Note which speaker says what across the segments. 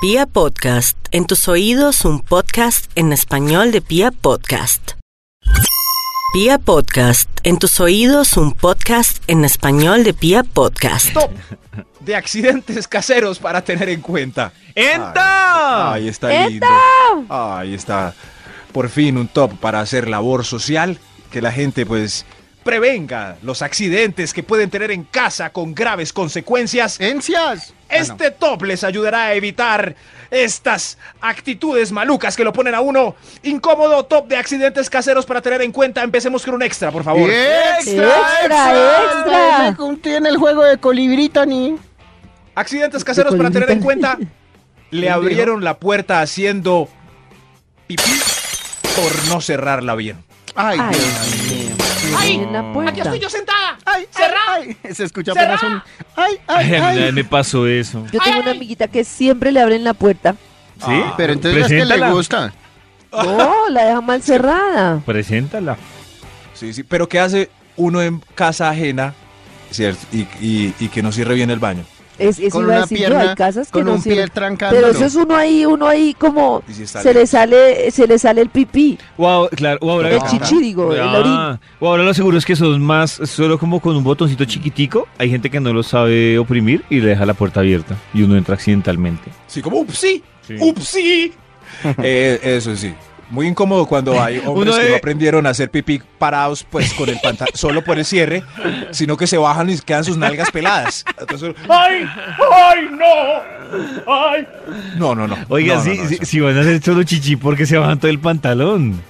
Speaker 1: Pia Podcast, en tus oídos un podcast en español de Pia Podcast. Pia Podcast, en tus oídos un podcast en español de Pia Podcast.
Speaker 2: Top de accidentes caseros para tener en cuenta.
Speaker 3: ¡Enta!
Speaker 2: Ahí está lindo. Ahí está. Por fin un top para hacer labor social que la gente pues prevenga los accidentes que pueden tener en casa con graves
Speaker 4: Ah,
Speaker 2: consecuencias.
Speaker 4: ¡Encias!
Speaker 2: Este top les ayudará a evitar estas actitudes malucas que lo ponen a uno incómodo. Top de accidentes caseros para tener en cuenta. Empecemos con un extra,
Speaker 4: Ah,
Speaker 2: por favor.
Speaker 5: Extra, extra.
Speaker 4: Tiene el juego de colibrita ni.
Speaker 2: Accidentes caseros para tener en cuenta. Le abrieron la puerta haciendo pipí por no cerrarla bien.
Speaker 4: Ay,
Speaker 5: Ay,
Speaker 4: Dios.
Speaker 5: Ay, en la puerta.
Speaker 2: yo sentada!
Speaker 4: ay, ay, ay. Se escucha apenas
Speaker 2: Cerrá.
Speaker 4: un. Ay,
Speaker 3: Ay,
Speaker 4: ay,
Speaker 3: a mí
Speaker 4: ay.
Speaker 3: me pasó eso.
Speaker 5: Yo tengo una amiguita que siempre le abren la puerta.
Speaker 3: ¿Sí?
Speaker 4: Pero entonces es que le
Speaker 3: Preséntala.
Speaker 4: gusta.
Speaker 5: No, la deja mal cerrada.
Speaker 3: Preséntala.
Speaker 2: Sí, sí, pero ¿qué hace uno en casa ajena ¿cierto? Y, y- y que no cierre bien el baño?
Speaker 5: Es, eso
Speaker 4: Con
Speaker 5: iba a
Speaker 4: una
Speaker 5: decir yo, hay
Speaker 4: pierna.
Speaker 5: casas que
Speaker 4: Con
Speaker 5: no
Speaker 4: un pie
Speaker 5: sirven.
Speaker 4: trancando.
Speaker 5: Pero eso es uno ahí, uno ahí como
Speaker 2: Y si está
Speaker 5: se le sale, se le sale el pipí,
Speaker 3: Wow, claro. o ahora
Speaker 5: el chichi, digo, el orín.
Speaker 3: Ah, o ahora lo seguro es que son más solo como con un botoncito chiquitico. Hay gente que no lo sabe oprimir y le deja la puerta abierta y uno entra accidentalmente.
Speaker 2: Sí, como upsí,
Speaker 3: Sí.
Speaker 2: upsí. Eh, eso sí. Muy incómodo cuando hay hombres
Speaker 3: Uno
Speaker 2: que no
Speaker 3: de-
Speaker 2: aprendieron a hacer pipí parados, pues con el pantalón, solo por el cierre, sino que se bajan y quedan sus nalgas peladas. Entonces, ¡ay! ¡ay! ¡no! ¡ay! No, no, no.
Speaker 3: Oiga,
Speaker 2: No, no,
Speaker 3: si,
Speaker 2: no,
Speaker 3: si-
Speaker 2: eso.
Speaker 3: si van a hacer solo chichi porque se bajan todo el pantalón.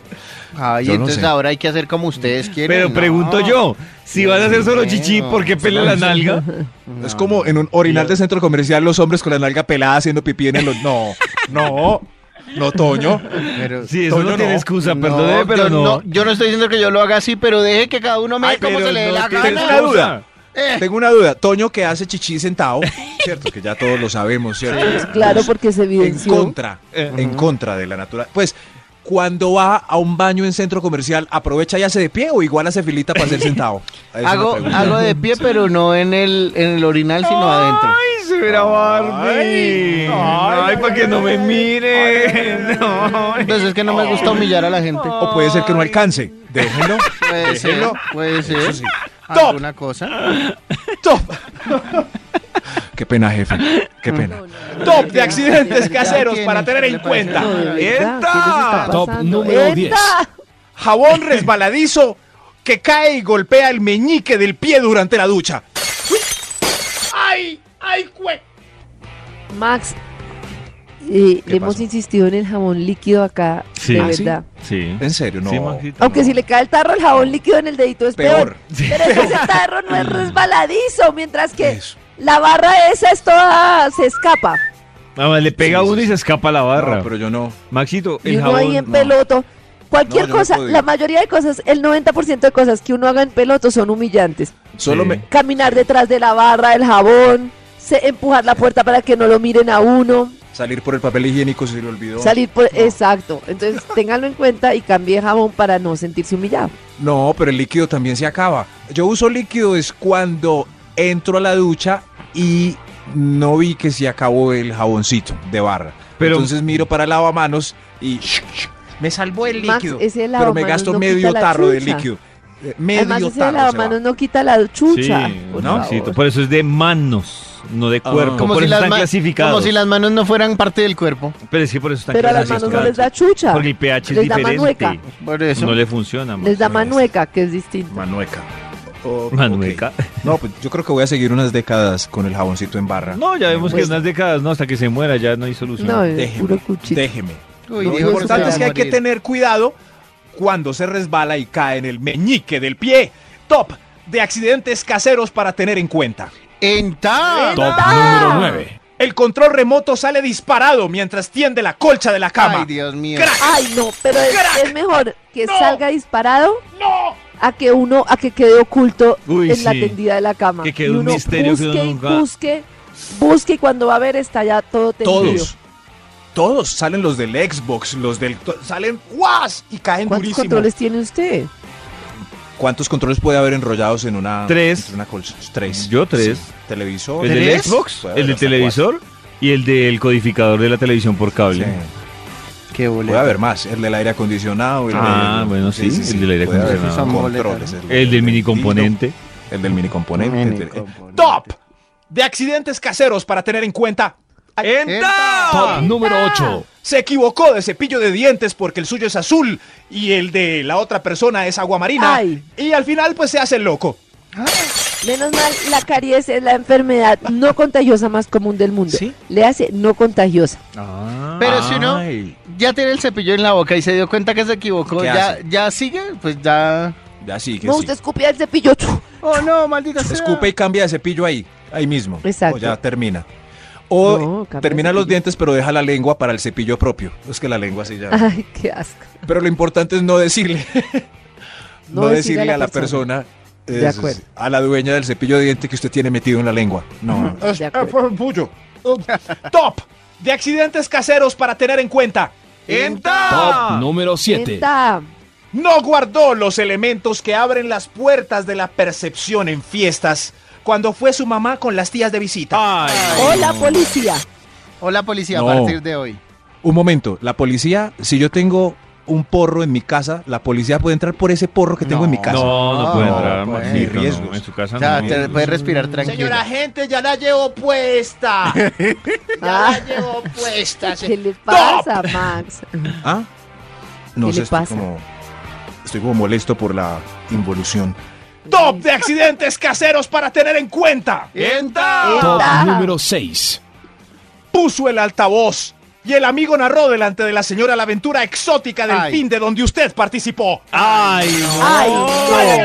Speaker 4: Ay,
Speaker 2: Yo no
Speaker 4: entonces
Speaker 2: sé.
Speaker 4: ahora hay que hacer como ustedes quieren.
Speaker 3: Pero
Speaker 4: No.
Speaker 3: pregunto yo, si van a hacer solo
Speaker 4: Dios
Speaker 3: chichi
Speaker 4: mío.
Speaker 3: porque pela la nalga.
Speaker 4: No.
Speaker 2: Es como en un orinal de centro comercial los hombres con la nalga pelada haciendo pipí en el... No, no, no, Toño.
Speaker 4: Pero-
Speaker 3: Sí, eso
Speaker 2: Toño,
Speaker 3: no tiene
Speaker 2: no.
Speaker 3: excusa,
Speaker 4: No,
Speaker 3: perdone, pero
Speaker 4: yo
Speaker 3: no.
Speaker 4: Yo no estoy diciendo que yo lo haga así, pero deje que cada uno me dé
Speaker 3: Ay,
Speaker 4: como
Speaker 3: pero
Speaker 4: se le dé
Speaker 3: no
Speaker 4: la
Speaker 3: tiene
Speaker 2: Tengo
Speaker 4: gana.
Speaker 2: una
Speaker 3: excusa.
Speaker 2: duda.
Speaker 4: Eh,
Speaker 2: Tengo una duda. Toño que hace chichi sentado, ¿cierto? Que ya todos lo sabemos, ¿cierto?
Speaker 5: Pues claro, porque se
Speaker 2: En
Speaker 5: evidenció.
Speaker 2: contra, en contra de la naturaleza. Pues, cuando va a un baño en centro comercial, ¿aprovecha y hace de pie o igual hace filita para ser sentado? Es una
Speaker 4: hago,
Speaker 2: pregunta.
Speaker 4: hago de pie, pero no en el, en el orinal, sino adentro.
Speaker 3: Ay, se verá Barbie. Ay, para que no me miren. No.
Speaker 4: Entonces es que no me gusta humillar a la gente.
Speaker 2: O puede ser que no alcance. Déjenlo.
Speaker 4: Puede ser,
Speaker 2: Déjelo.
Speaker 4: puede ser.
Speaker 2: sí.
Speaker 4: ¿Alguna cosa?
Speaker 2: Top. Qué pena, jefe. Qué pena. Top de accidentes caseros para tener en cuenta.
Speaker 5: No, de verdad, ¿qué les está
Speaker 3: ¡Eta! Top
Speaker 5: pasando?
Speaker 3: número 10.
Speaker 5: ¡Eta!
Speaker 2: Jabón resbaladizo que cae y golpea el meñique del pie durante la ducha. ¡Ay! ¡Ay, cue!
Speaker 5: Max, eh,
Speaker 2: ¿Qué
Speaker 5: hemos
Speaker 2: pasó?
Speaker 5: insistido en el jabón líquido acá,
Speaker 3: Sí.
Speaker 5: de
Speaker 3: ¿Ah, sí?
Speaker 5: verdad.
Speaker 3: Sí.
Speaker 2: En serio, no.
Speaker 3: Sí, Maxito,
Speaker 5: Aunque
Speaker 3: no.
Speaker 5: si le cae el tarro, el jabón líquido en el dedito es
Speaker 2: Peor.
Speaker 5: peor. Pero es que ese tarro no es resbaladizo, mientras que
Speaker 2: Eso.
Speaker 5: la barra esa es toda, se escapa.
Speaker 3: Nada más le Ah, pega
Speaker 2: Sí, sí,
Speaker 3: uno y
Speaker 2: sí.
Speaker 3: se escapa la barra.
Speaker 2: No, pero yo no.
Speaker 3: Maxito,
Speaker 5: Y
Speaker 3: el
Speaker 5: uno ahí en
Speaker 3: jabón.
Speaker 5: peloto. Cualquier
Speaker 2: No, yo no
Speaker 5: cosa,
Speaker 2: podía.
Speaker 5: la mayoría de cosas, el 90% de cosas que uno haga en peloto son humillantes.
Speaker 2: Solo
Speaker 3: Sí.
Speaker 2: me.
Speaker 5: Caminar detrás de la barra, del jabón, se, empujar la puerta para que no lo miren a uno,
Speaker 2: Salir por el papel higiénico se le olvidó.
Speaker 5: salir por... Exacto. Entonces, ténganlo en cuenta y cambie de jabón para no sentirse humillado.
Speaker 2: No, pero el líquido también se acaba. Yo uso líquido es cuando entro a la ducha y no vi que se acabó el jaboncito de barra.
Speaker 3: Pero-
Speaker 2: Entonces miro para el lavamanos y me salvó el
Speaker 5: Max,
Speaker 2: líquido.
Speaker 5: ese
Speaker 2: pero me
Speaker 5: lavamanos
Speaker 2: gasto
Speaker 5: no
Speaker 2: medio
Speaker 5: quita la
Speaker 2: tarro de
Speaker 5: chucha.
Speaker 2: líquido. Eh,
Speaker 5: Además,
Speaker 2: Medio
Speaker 5: ese de
Speaker 2: tarro. se va.
Speaker 5: lavamanos no quita la chucha.
Speaker 3: Sí,
Speaker 5: por
Speaker 3: no,
Speaker 5: favor.
Speaker 3: Maxito, por eso es de manos, no de
Speaker 2: Ah.
Speaker 3: cuerpo.
Speaker 2: Como
Speaker 3: por eso están
Speaker 4: ma-
Speaker 3: clasificados.
Speaker 4: como si las manos no fueran parte del cuerpo.
Speaker 3: Pero es que por eso están
Speaker 5: Pero a las manos
Speaker 3: clasificados.
Speaker 5: no les da chucha.
Speaker 3: Porque el pH es
Speaker 5: les da manueca.
Speaker 3: diferente.
Speaker 4: Por eso.
Speaker 3: No le funciona. Max.
Speaker 5: Les da manueca, que es distinto.
Speaker 2: Manueca. O-
Speaker 3: Manueca.
Speaker 2: ok. No, pues yo creo que voy a seguir unas décadas con el jaboncito en barra. Eh,
Speaker 3: No, ya vemos que
Speaker 5: Pues-
Speaker 3: en unas décadas, no, hasta que se muera ya no hay solución.
Speaker 5: No, es puro
Speaker 2: déjeme.
Speaker 5: cuchito.
Speaker 2: Déjeme.
Speaker 4: Uy,
Speaker 5: Lo
Speaker 2: Lo
Speaker 4: dijo
Speaker 2: importante
Speaker 4: se
Speaker 2: es que
Speaker 4: va
Speaker 2: hay
Speaker 4: a
Speaker 2: que
Speaker 4: morir.
Speaker 2: tener cuidado cuando se resbala y cae en el meñique del pie. Top de accidentes caseros para tener en cuenta.
Speaker 4: ¡Enta!
Speaker 3: Top número 9.
Speaker 2: El control remoto sale disparado mientras tiende la colcha de la cama.
Speaker 4: ¡Ay, Dios mío!
Speaker 2: Crack.
Speaker 5: Ay, no, pero es,
Speaker 2: ¡Crack!
Speaker 5: es mejor que
Speaker 2: ¡No!
Speaker 5: salga disparado
Speaker 2: ¡No!
Speaker 5: a que uno, a que quede oculto
Speaker 3: Uy,
Speaker 5: en la
Speaker 3: sí.
Speaker 5: tendida de la cama.
Speaker 3: Que quede
Speaker 5: Y
Speaker 3: un
Speaker 5: uno
Speaker 3: misterio que
Speaker 5: busque
Speaker 3: uno
Speaker 5: y
Speaker 3: nunca-
Speaker 5: busque, busque y cuando va a ver está ya todo tendido.
Speaker 2: Todos. Todos salen los del Xbox, los del. to- Salen ¡guas! y caen
Speaker 5: ¿Cuántos
Speaker 2: durísimo.
Speaker 5: controles tiene usted?
Speaker 2: ¿Cuántos controles puede haber enrollados en una.
Speaker 3: Tres.
Speaker 2: entre una colcha? Tres.
Speaker 3: Yo tres.
Speaker 2: Sí. Televisor.
Speaker 3: ¿El del
Speaker 4: ¿Tres?
Speaker 3: Xbox?
Speaker 2: Puede
Speaker 3: ¿El
Speaker 2: haber
Speaker 3: del
Speaker 2: hasta
Speaker 3: televisor?
Speaker 2: cuatro.
Speaker 3: y el del codificador de la televisión por cable.
Speaker 4: Qué
Speaker 2: Puede
Speaker 4: boleto.
Speaker 2: haber más. El del aire acondicionado. El
Speaker 3: Ah,
Speaker 2: del-
Speaker 3: bueno, sí, el del aire
Speaker 2: puede haber
Speaker 3: acondicionado.
Speaker 2: esos
Speaker 4: Son boletas,
Speaker 2: controles,
Speaker 4: ¿no?
Speaker 3: El del mini componente.
Speaker 2: El del mini componente.
Speaker 4: Mini
Speaker 2: el-
Speaker 4: componente.
Speaker 2: Top de accidentes caseros para tener en cuenta.
Speaker 4: en Ah.
Speaker 2: Top número 8. Se equivocó de cepillo de dientes porque el suyo es azul y el de la otra persona es aguamarina.
Speaker 5: Ay.
Speaker 2: Y al final pues se hace el loco.
Speaker 5: Menos mal, la caries es la enfermedad no contagiosa más común del mundo.
Speaker 4: ¿Sí?
Speaker 5: Le hace no contagiosa.
Speaker 4: Ah. Pero si uno
Speaker 3: Ay.
Speaker 4: ya tiene el cepillo en la boca y se dio cuenta que se equivocó,
Speaker 2: ¿Qué
Speaker 4: ya,
Speaker 2: hace?
Speaker 4: ya sigue, pues ya.
Speaker 2: Así que
Speaker 5: No,
Speaker 2: sí.
Speaker 5: usted escupía el cepillo. chu.
Speaker 4: Oh no, maldita sea.
Speaker 2: Escupe y cambia de cepillo ahí, ahí mismo.
Speaker 5: Exacto.
Speaker 2: O ya termina. O
Speaker 5: No, cambia de
Speaker 2: termina los
Speaker 5: cepillo.
Speaker 2: dientes pero deja la lengua para el cepillo propio. Es que la lengua sí ya...
Speaker 5: Ay, qué asco.
Speaker 2: Pero lo importante es no decirle. no, decirle, a la, persona.
Speaker 5: De
Speaker 2: es-
Speaker 5: acuerdo.
Speaker 2: A la dueña del cepillo de diente que usted tiene metido en la lengua. No.
Speaker 5: De acuerdo.
Speaker 2: Top de accidentes caseros para tener en cuenta.
Speaker 4: ah.
Speaker 6: Top número 7.
Speaker 5: Venta.
Speaker 2: No guardó los elementos que abren las puertas de la percepción en fiestas cuando fue su mamá con las tías de visita.
Speaker 5: Hola, policía.
Speaker 4: Hola policía,
Speaker 2: No.
Speaker 4: a partir de hoy.
Speaker 2: Un momento, la policía, si yo tengo un porro en mi casa, la policía puede entrar por ese porro que tengo en mi casa.
Speaker 3: No, no
Speaker 4: No,
Speaker 3: puede entrar,
Speaker 2: pues,
Speaker 3: Maxito,
Speaker 2: ni
Speaker 3: no,
Speaker 2: riesgos.
Speaker 3: En su casa
Speaker 4: Ya,
Speaker 3: no.
Speaker 4: te puedes respirar tranquilo.
Speaker 7: Señora gente, ya la llevo puesta. Ya la llevo puesta.
Speaker 5: ¿Qué le pasa, Max?
Speaker 2: ¿Ah? No
Speaker 5: ¿Qué
Speaker 2: sé,
Speaker 5: le
Speaker 2: estoy
Speaker 5: pasa?
Speaker 2: como. Estoy como molesto por la involución. ¡Top de accidentes caseros para tener en cuenta!
Speaker 6: Top
Speaker 5: Venta.
Speaker 6: número 6.
Speaker 2: Puso el altavoz y el amigo narró delante de la señora la aventura exótica del
Speaker 4: Ay.
Speaker 2: fin de donde usted participó.
Speaker 3: Ay,
Speaker 5: Ay,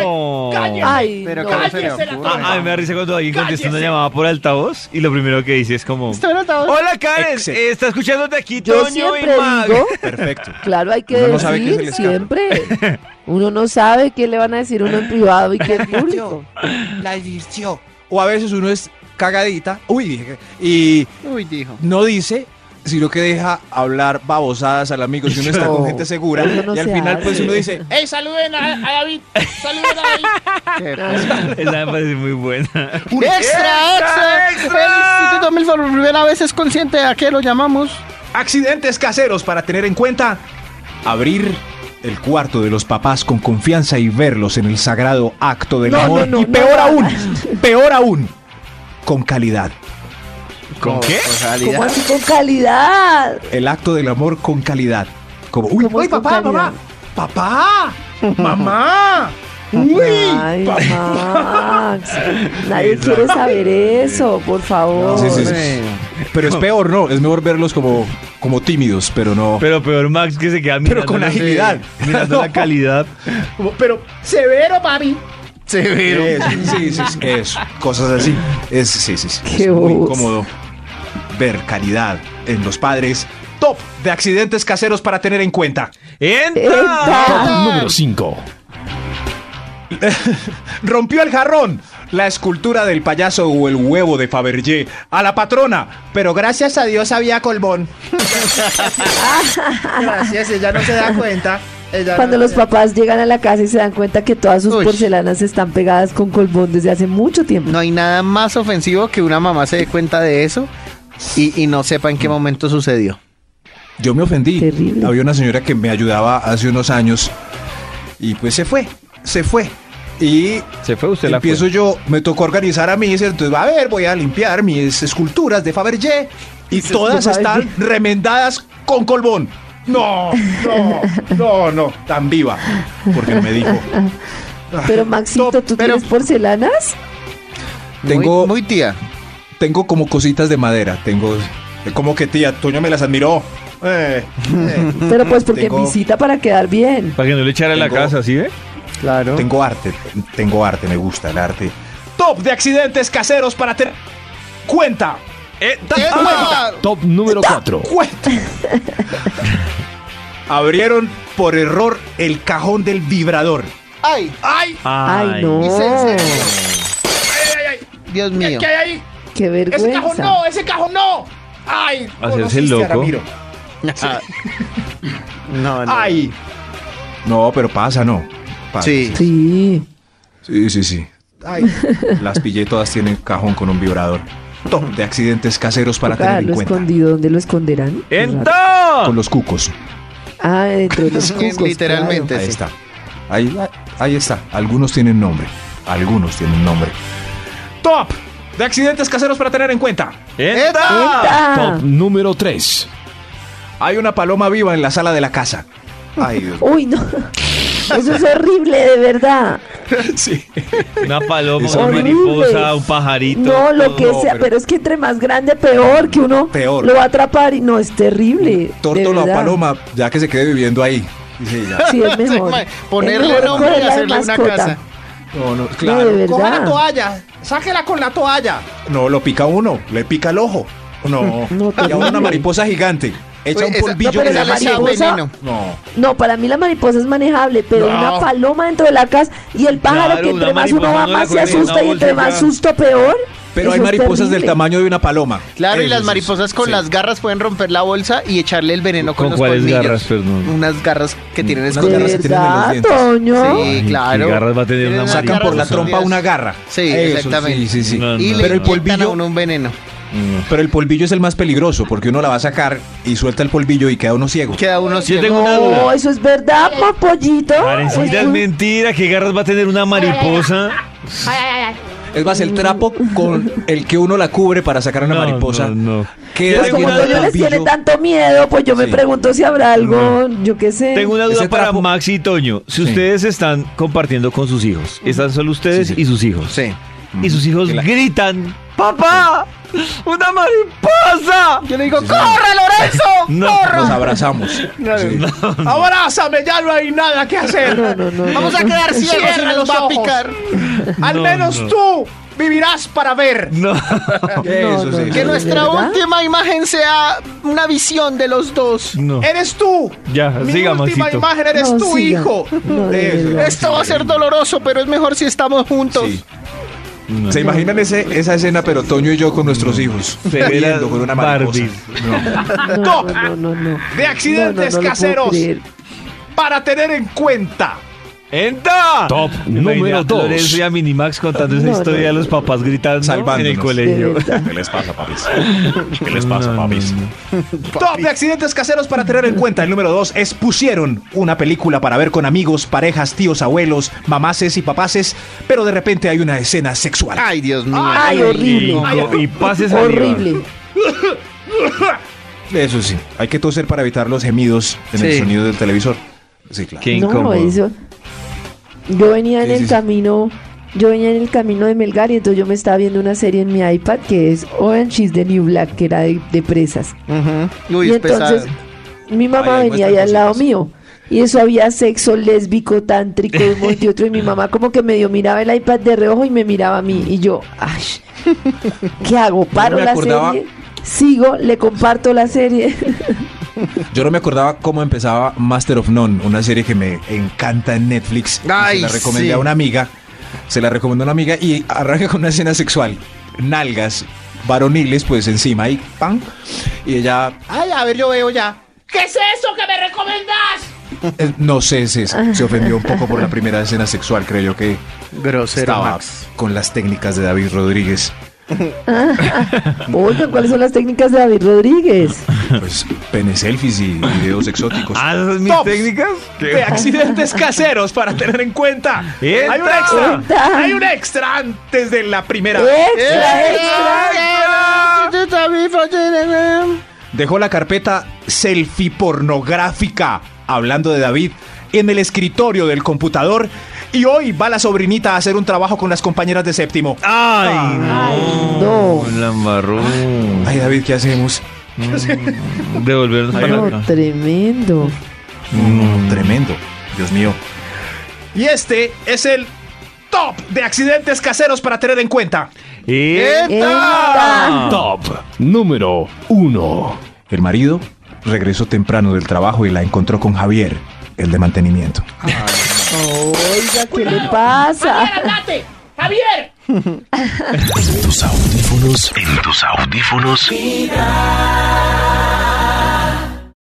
Speaker 3: no. Ah,
Speaker 5: Ay,
Speaker 4: Pero
Speaker 5: no.
Speaker 4: ¿cómo se le
Speaker 7: cállese la
Speaker 4: ocurre?
Speaker 7: tapa.
Speaker 3: Ay, me da risa cuando alguien contesta una
Speaker 7: Cállese.
Speaker 3: llamada por altavoz y lo primero que dice es como...
Speaker 4: Está anotado.
Speaker 3: Hola, Karen.
Speaker 2: Excel.
Speaker 3: eh, está escuchándote aquí,
Speaker 5: Yo
Speaker 3: Toño y
Speaker 5: siempre
Speaker 3: Mag.
Speaker 5: digo,
Speaker 2: Perfecto.
Speaker 5: claro, hay que
Speaker 2: Uno no sabe qué se
Speaker 5: decir
Speaker 2: le escapa.
Speaker 5: siempre. Uno no sabe qué le van a decir uno en privado y qué en público.
Speaker 7: La divirtió.
Speaker 2: O a veces uno es cagadita. Uy, dije. Y
Speaker 4: Uy, dijo.
Speaker 2: no dice, sino que deja hablar babosadas al amigo si uno está
Speaker 5: No,
Speaker 2: con gente segura.
Speaker 5: eso no
Speaker 2: y al
Speaker 5: se
Speaker 2: final, pues
Speaker 5: hace.
Speaker 2: uno dice,
Speaker 7: Oh, ¡Ey, saluden a, a David! ¡Saluden a David!
Speaker 4: Qué
Speaker 3: Esa me parece muy buena.
Speaker 4: ¡Un extra, extra! El Instituto Milford por primera vez es consciente de a qué lo llamamos.
Speaker 2: Accidentes caseros para tener en cuenta. Abrir el cuarto de los papás con confianza y verlos en el sagrado acto del
Speaker 5: No,
Speaker 2: amor.
Speaker 5: no, no,
Speaker 2: y
Speaker 5: no.
Speaker 2: peor aún, peor aún, con calidad.
Speaker 3: ¿Con qué?
Speaker 5: ¿Cómo así con calidad?
Speaker 2: El acto del amor con calidad. Como, uy,
Speaker 5: ¿Cómo
Speaker 2: uy,
Speaker 5: es con
Speaker 2: papá,
Speaker 5: calidad?
Speaker 2: mamá, papá, mamá. Uy.
Speaker 5: Ay, Max. Nadie
Speaker 3: Exacto.
Speaker 5: quiere saber eso, por favor.
Speaker 2: Sí, sí, sí.
Speaker 4: Hombre.
Speaker 2: Pero es peor, ¿no? Es mejor verlos como, como tímidos, pero no.
Speaker 3: Pero peor Max que se queda mirando.
Speaker 2: Pero con
Speaker 3: la-
Speaker 2: agilidad.
Speaker 3: Mirando la calidad.
Speaker 7: ¡Severo, papi!
Speaker 2: Eso, sí, sí, sí, eso. Cosas así. Es, sí, sí, sí.
Speaker 5: Qué
Speaker 2: es muy
Speaker 5: bobos.
Speaker 2: incómodo ver calidad en los padres. Top de accidentes caseros para tener en cuenta.
Speaker 5: Entra.
Speaker 6: Top
Speaker 5: Ah.
Speaker 6: número 5.
Speaker 2: Rompió el jarrón, la escultura del payaso o el huevo de Fabergé a la patrona, pero gracias a Dios había colbón.
Speaker 7: Gracias, ella no se da cuenta. Ella
Speaker 5: Cuando
Speaker 7: no
Speaker 5: los
Speaker 7: se da-
Speaker 5: papás llegan a la casa y se dan cuenta que todas sus
Speaker 4: Uy.
Speaker 5: porcelanas están pegadas con colbón desde hace mucho tiempo.
Speaker 4: No hay nada más ofensivo que una mamá se dé cuenta de eso y, y no sepa en qué momento sucedió.
Speaker 2: Yo me ofendí.
Speaker 5: Terrible.
Speaker 2: Había una señora que me ayudaba hace unos años y pues se fue, se fue. Y
Speaker 3: Se fue usted
Speaker 2: Empiezo yo, me tocó organizar a mí, ¿cierto? Entonces, a ver, voy a limpiar mis esculturas de Fabergé y todas están remendadas con colbón. No, no, no, no, tan viva, porque no me dijo.
Speaker 5: Pero Maxito,
Speaker 2: Top,
Speaker 5: ¿tú
Speaker 4: pero-
Speaker 5: tienes porcelanas?
Speaker 4: Muy-
Speaker 2: Tengo-
Speaker 4: muy, tía.
Speaker 2: Tengo como cositas de madera, tengo como que tía Toño me las admiró. Eh, eh.
Speaker 5: Pero pues porque
Speaker 2: Tengo-
Speaker 5: visita para quedar bien.
Speaker 3: Para que no le echara la
Speaker 2: Tengo-
Speaker 3: casa, ¿sí ve?
Speaker 4: Claro.
Speaker 2: Tengo arte, tengo arte, me gusta el arte. Top de accidentes caseros para tener cuenta. Eh, da cuenta.
Speaker 6: Top número 4.
Speaker 2: cuenta. Abrieron por error el cajón del vibrador.
Speaker 4: ¡Ay!
Speaker 7: ¡Ay!
Speaker 5: Ay, no.
Speaker 4: y se- se-
Speaker 7: ¡Ay, ay, ay!
Speaker 4: Dios
Speaker 7: ¿Qué
Speaker 4: mío.
Speaker 7: hay ahí?
Speaker 5: Qué
Speaker 7: ¡Ese cajón
Speaker 5: vergüenza.
Speaker 7: no! ¡Ese cajón no! ¡Ay!
Speaker 3: Hacerse
Speaker 7: conociste a
Speaker 3: loco.
Speaker 7: Ramiro.
Speaker 4: Ah. no, no.
Speaker 2: ¡Ay! No, pero pasa, ¿no? Pasa.
Speaker 4: Sí.
Speaker 5: Sí.
Speaker 2: Sí, sí, sí.
Speaker 7: ¡Ay!
Speaker 2: Las pillé todas tienen cajón con un vibrador. top de accidentes caseros para
Speaker 5: Toca
Speaker 2: tener en
Speaker 5: dejarlo
Speaker 2: cuenta.
Speaker 5: escondido, Ah, ¿dónde lo esconderán?
Speaker 3: ¡En
Speaker 5: Claro.
Speaker 2: Con
Speaker 3: top!
Speaker 2: los cucos.
Speaker 5: Ah, dentro de los cucos.
Speaker 4: Literalmente.
Speaker 2: Ahí
Speaker 4: Sí.
Speaker 2: está. Ahí, ahí está. Algunos tienen nombre. Algunos tienen nombre. Top de accidentes caseros para tener en cuenta.
Speaker 3: ¡En
Speaker 5: claro.
Speaker 3: top!
Speaker 5: ¡Eta!
Speaker 6: Top número 3.
Speaker 2: Hay una paloma viva en la sala de la casa. Ay, Dios.
Speaker 5: Uy, no. Eso es horrible, de verdad.
Speaker 2: Sí.
Speaker 3: Una paloma,
Speaker 2: Eso
Speaker 3: una
Speaker 5: es
Speaker 3: mariposa,
Speaker 5: horrible.
Speaker 3: un pajarito.
Speaker 5: No, lo que
Speaker 2: no,
Speaker 5: sea,
Speaker 2: pero-
Speaker 5: pero... es que entre más grande, peor, que uno
Speaker 2: Peor.
Speaker 5: lo va a atrapar y no, es terrible.
Speaker 2: Tórtola
Speaker 5: la
Speaker 2: o paloma, ya que se quede viviendo ahí. Dice ella.
Speaker 5: Sí, es mejor.
Speaker 4: ma-
Speaker 5: Es
Speaker 4: ponerle
Speaker 5: mejor
Speaker 4: nombre y
Speaker 5: cogerla de
Speaker 4: hacerle una
Speaker 5: mascota.
Speaker 4: casa.
Speaker 2: No, no,
Speaker 5: No,
Speaker 2: claro.
Speaker 5: de
Speaker 7: Coja la
Speaker 5: verdad.
Speaker 7: toalla. Sáquela con la toalla.
Speaker 4: Pues
Speaker 2: No, lo pica uno, le pica el ojo. No.
Speaker 5: No,
Speaker 2: y a una
Speaker 5: terrible.
Speaker 2: mariposa gigante. Echa
Speaker 4: Uy,
Speaker 2: un
Speaker 4: esa-
Speaker 2: polvillo
Speaker 4: no, pero
Speaker 2: en la
Speaker 4: esa le echa
Speaker 2: mano.
Speaker 5: mariposa-
Speaker 4: veneno.
Speaker 2: No.
Speaker 5: No, para mí la mariposa es manejable, pero
Speaker 4: No.
Speaker 5: una paloma dentro de la casa y el pájaro
Speaker 3: Claro,
Speaker 5: que entre
Speaker 3: una
Speaker 5: más uno
Speaker 3: mariposa
Speaker 5: va
Speaker 3: no la
Speaker 5: más se
Speaker 3: coge en una
Speaker 5: asusta y entre
Speaker 3: bolsa
Speaker 5: más
Speaker 3: ya.
Speaker 5: susto peor.
Speaker 2: Pero hay
Speaker 5: Eso es
Speaker 2: mariposas del
Speaker 5: terrible.
Speaker 2: tamaño de una paloma.
Speaker 4: Claro, y
Speaker 2: Eso
Speaker 4: las
Speaker 2: es-
Speaker 4: mariposas con
Speaker 2: sí.
Speaker 4: las garras pueden romper la bolsa y echarle el veneno con,
Speaker 3: ¿Con
Speaker 4: los
Speaker 3: cuáles
Speaker 4: colmillos.
Speaker 3: garras, pues, perdón?
Speaker 4: Unas garras que tienen
Speaker 2: Unas
Speaker 4: escondidas.
Speaker 2: garras que
Speaker 5: De
Speaker 2: tienen en los
Speaker 5: verdad,
Speaker 2: dientes.
Speaker 5: Toño.
Speaker 4: Sí,
Speaker 3: Ay,
Speaker 4: claro.
Speaker 3: ¿qué garras va a tener
Speaker 4: Tienen
Speaker 3: una
Speaker 4: unas
Speaker 2: Sacan
Speaker 3: mariposa?
Speaker 4: garras
Speaker 2: por la trompa
Speaker 4: escondidas.
Speaker 2: una garra.
Speaker 4: Sí,
Speaker 2: Eso,
Speaker 4: exactamente.
Speaker 2: Sí, sí, sí.
Speaker 3: No, no,
Speaker 4: Y
Speaker 3: no,
Speaker 4: le
Speaker 2: Pero el
Speaker 3: no.
Speaker 4: inyectan a
Speaker 2: polvillo-
Speaker 4: uno un veneno.
Speaker 3: No.
Speaker 2: Pero el polvillo es el más peligroso porque uno la va a sacar y suelta el polvillo y queda uno ciego.
Speaker 4: Queda uno
Speaker 3: Yo
Speaker 4: ciego.
Speaker 3: tengo una
Speaker 5: No,
Speaker 3: duda.
Speaker 5: eso es verdad, Pues, papollito.
Speaker 3: Ah, Karencita, es mentira. ¿Qué garras va a tener una mariposa?
Speaker 8: Ay, ay, ay.
Speaker 2: Es más, el trapo con el que uno la cubre para sacar a una
Speaker 3: No,
Speaker 2: mariposa.
Speaker 3: no, no.
Speaker 2: Queda
Speaker 5: Pues
Speaker 3: Tengo
Speaker 5: como
Speaker 3: una
Speaker 2: lleno de
Speaker 5: Toño les tiene
Speaker 2: polvillo.
Speaker 5: tanto miedo, pues yo me
Speaker 2: Sí. Mm.
Speaker 5: pregunto si habrá algo, yo qué sé.
Speaker 3: Tengo una duda
Speaker 2: Ese
Speaker 3: para
Speaker 2: trapo-
Speaker 3: Max y Toño. Si ustedes están compartiendo con sus hijos, están solo ustedes
Speaker 2: Sí, sí.
Speaker 3: y sus hijos.
Speaker 4: Sí.
Speaker 3: Y sus hijos
Speaker 2: Y la-
Speaker 3: gritan, ¡Papá! ¡Una mariposa!
Speaker 4: Yo le digo,
Speaker 2: Sí, sí.
Speaker 4: ¡corre, Lorenzo!
Speaker 3: No,
Speaker 2: Nos abrazamos. Sí.
Speaker 7: Abrázame, ya no hay nada que hacer.
Speaker 5: No, no, no.
Speaker 4: Vamos a quedar ciegos y
Speaker 7: Cierra
Speaker 4: no
Speaker 7: los
Speaker 4: nos va a
Speaker 7: ojos.
Speaker 4: picar.
Speaker 7: Al
Speaker 3: No,
Speaker 7: menos
Speaker 3: no.
Speaker 7: tú vivirás para ver.
Speaker 3: No.
Speaker 2: Eso
Speaker 5: no,
Speaker 2: sí.
Speaker 5: no.
Speaker 4: Que
Speaker 5: ¿De
Speaker 4: nuestra
Speaker 5: verdad?
Speaker 4: última imagen sea una visión de los dos.
Speaker 3: No.
Speaker 7: Eres tú.
Speaker 3: Ya,
Speaker 7: Mi
Speaker 3: siga,
Speaker 7: última
Speaker 3: Maxito.
Speaker 7: imagen eres
Speaker 5: No,
Speaker 7: tu
Speaker 5: siga.
Speaker 7: hijo.
Speaker 5: No, de
Speaker 2: Eso.
Speaker 5: verdad.
Speaker 4: Esto va a ser doloroso, pero es mejor si estamos juntos.
Speaker 2: Sí. ¿Se imaginan ese- esa escena, pero Toño y yo con nuestros hijos?
Speaker 3: Será
Speaker 2: Peleando con una mariposa.
Speaker 3: Barbie.
Speaker 2: No.
Speaker 5: No,
Speaker 7: Top
Speaker 5: no, no, no.
Speaker 7: de
Speaker 5: No,
Speaker 7: accidentes
Speaker 5: no, no lo puedo
Speaker 7: caseros.
Speaker 5: creer.
Speaker 7: Para tener en cuenta.
Speaker 3: ¡Enta!
Speaker 6: Top
Speaker 3: Me
Speaker 6: número
Speaker 3: imagino a
Speaker 6: dos.
Speaker 3: Lorenzo y a Minimax contando esa
Speaker 5: No, no,
Speaker 3: historia de
Speaker 5: no.
Speaker 3: los papás gritando en el
Speaker 2: Salvándonos.
Speaker 5: De
Speaker 3: colegio.
Speaker 5: verdad.
Speaker 2: ¿Qué les pasa, papis? ¿Qué
Speaker 3: No, no, no.
Speaker 2: Top de accidentes caseros para tener en cuenta. El número 2 es pusieron una película para ver con amigos, parejas, tíos, abuelos, mamases y papaces, pero de repente hay una escena sexual.
Speaker 4: Ay, Dios mío.
Speaker 5: Ay, horrible.
Speaker 3: Y, y pases a
Speaker 5: Horrible.
Speaker 2: Eso sí, hay que toser para evitar los gemidos en el
Speaker 4: Sí.
Speaker 2: sonido del televisor. Sí, claro.
Speaker 3: Qué incómodo.
Speaker 5: No, eso. Yo venía en
Speaker 2: Sí, sí,
Speaker 5: el
Speaker 2: sí.
Speaker 5: camino, yo venía en el camino de Melgar y entonces yo me estaba viendo una serie en mi iPad que es Orange is the New Black, que era de, de presas.
Speaker 4: Ujú. Uy,
Speaker 5: y
Speaker 4: es pesado.
Speaker 5: entonces mi mamá
Speaker 2: Ahí
Speaker 5: venía
Speaker 2: muestran
Speaker 5: ahí al lado
Speaker 2: cositas.
Speaker 5: mío. Y eso había sexo lésbico, tántrico, un monte y otro. Y mi mamá como que medio miraba el iPad de reojo y me miraba a mí. Y yo, ay, ¿qué hago? ¿Paro
Speaker 2: me
Speaker 5: la
Speaker 2: acordaba-
Speaker 5: serie? ¿Sigo? ¿Le comparto la serie?
Speaker 2: Yo no me acordaba cómo empezaba Master of None, una serie que me encanta en Netflix. y
Speaker 4: Ay,
Speaker 2: se la recomendé
Speaker 4: sí.
Speaker 2: a una amiga. Se la recomendó a una amiga y arranca con una escena sexual. Nalgas, varoniles, pues encima y pan. Y ella,
Speaker 7: Ay, a ver, yo veo ya.
Speaker 8: ¿Qué es eso que me recomendás?
Speaker 2: eh, no sé, se, se ofendió un poco por la primera escena sexual, creo yo que
Speaker 4: Grosero,
Speaker 2: estaba
Speaker 4: Max.
Speaker 2: con las técnicas de David Rodríguez.
Speaker 5: Oigan, ¿cuáles son las técnicas de David Rodríguez?
Speaker 2: Pues pene selfies y videos exóticos.
Speaker 3: Ah, ¿esas son mis
Speaker 7: Tops.
Speaker 3: técnicas?
Speaker 7: de accidentes caseros para tener en cuenta.
Speaker 3: ¡Eta!
Speaker 7: Hay un extra,
Speaker 5: ¡Eta!
Speaker 7: hay un extra antes de la primera.
Speaker 5: Eh. ¡Extra, extra!
Speaker 2: Dejó la carpeta selfie pornográfica, hablando de David, en el escritorio del computador. Y hoy va la sobrinita a hacer un trabajo con las compañeras de séptimo.
Speaker 3: Ah. Ay, no.
Speaker 5: no.
Speaker 3: La embarró.
Speaker 2: Ay, David, ¿qué hacemos?
Speaker 3: Devolvernos para
Speaker 5: No,
Speaker 3: acá.
Speaker 5: tremendo.
Speaker 2: Mm, Tremendo. Dios mío.
Speaker 7: Y este es el top de accidentes caseros para tener en cuenta.
Speaker 5: Eh, Ah. ¡Eta!
Speaker 6: Top número 1.
Speaker 2: Ah. El marido regresó temprano del trabajo y la encontró con Javier, el de mantenimiento.
Speaker 5: Oiga, ¿qué le pasa?
Speaker 8: Javier, andate. Javier.
Speaker 6: Tus audífonos. En tus audífonos.